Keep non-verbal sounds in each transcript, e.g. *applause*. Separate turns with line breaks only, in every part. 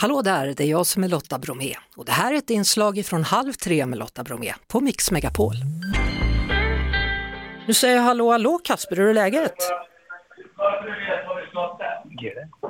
Hallå där, det är jag som är Lotta Bromé och det här är ett inslag från Halv tre med Lotta Bromé på Mix Megapol. Nu säger jag hallå hallå Kasper, hur är läget?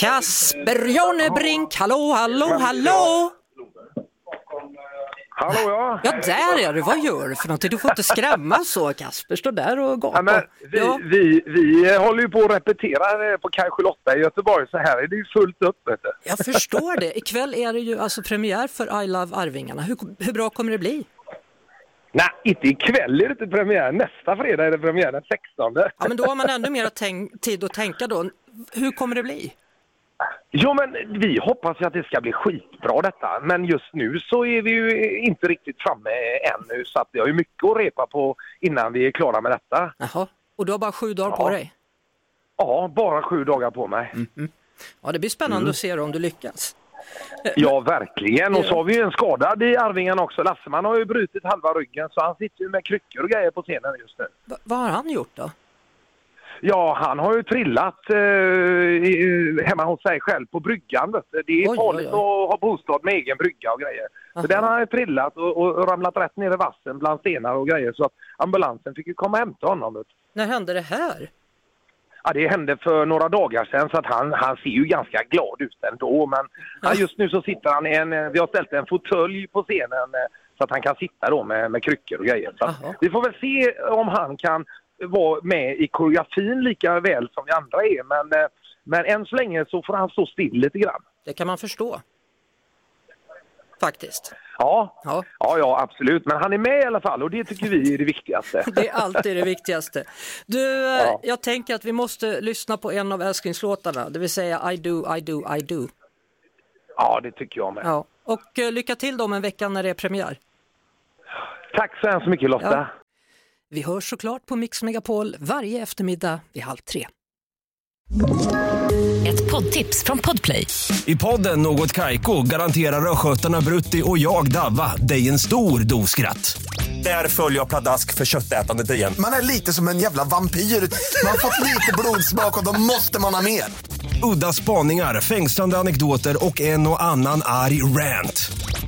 Kasper Jonnebrink, hallå hallå hallå!
Hallå ja!
Ja, där är du. Vad gör du för någonting? Du får inte skrämma så Kasper. Stå där och
Ja, men
gapa.
vi,
Ja,
vi, vi eh, håller ju på att repetera här, eh, på Kaj 8 i Göteborg så här är det ju fullt upp. Vet du.
jag förstår det. Ikväll är det ju alltså premiär för I Love Arvingarna. Hur, hur bra kommer det bli?
Nej, inte ikväll är det inte premiär. Nästa fredag är det premiär, den 16.
Ja, men då har man ännu mer tänk- tid att tänka då. Hur kommer det bli?
Jo men vi hoppas ju att det ska bli skitbra detta. Men just nu så är vi ju inte riktigt framme ännu så att vi har ju mycket att repa på innan vi är klara med detta.
Jaha, och du har bara sju dagar på
Ja.
dig?
Ja, bara sju dagar på mig.
Ja, det blir spännande att se då om du lyckas.
Ja, verkligen. Och så har vi ju en skadad i Arvingen också. Lasseman har ju brutit halva ryggen så han sitter ju med kryckor och grejer på scenen just nu.
Va- vad har han gjort då?
Ja, han har ju trillat eh, i- hemma hos sig själv på bryggan. vet du. Det är
Oj,
farligt
oj,
att ha bostad med egen brygga och grejer.
Aha.
Så den har han ju trillat och, och ramlat rätt ner i vassen bland stenar och grejer så att ambulansen fick ju komma och hämta honom. vet du.
När hände det här?
Ja, det hände för några dagar sedan så att han, han ser ju ganska glad ut ändå men ja, just nu så sitter han i en, eh, vi har ställt en fåtölj på scenen eh, så att han kan sitta då med, med kryckor och grejer. Så att
Aha.
vi får väl se om han kan vara med i koreografin lika väl som vi andra är men, eh, men än så länge så får han stå still lite grann.
Det kan man förstå. Faktiskt.
Ja,
Ja,
ja, ja absolut men han är med i alla fall och det tycker vi är
*laughs*
det viktigaste.
det är alltid det viktigaste. Du, eh,
Ja.
jag tänker att vi måste lyssna på en av älsklingslåtarna, det vill säga I do, I do, I do.
Ja, det tycker jag med.
Ja. Och eh, lycka till då om en vecka när det är premiär.
Tack så hemskt mycket Lotta.
Ja. Vi hörs såklart på Mix Megapol varje eftermiddag vid halv tre.
Ett poddtips från Podplay.
I podden Något Kaiko garanterar östgötarna Brutti och jag, Davva, dig en stor dos skratt. Där följer jag pladask för köttätandet igen.
Man är lite som en jävla vampyr. Man har fått lite blodsmak och då måste man ha mer.
Udda spaningar, fängslande anekdoter och en och annan arg rant.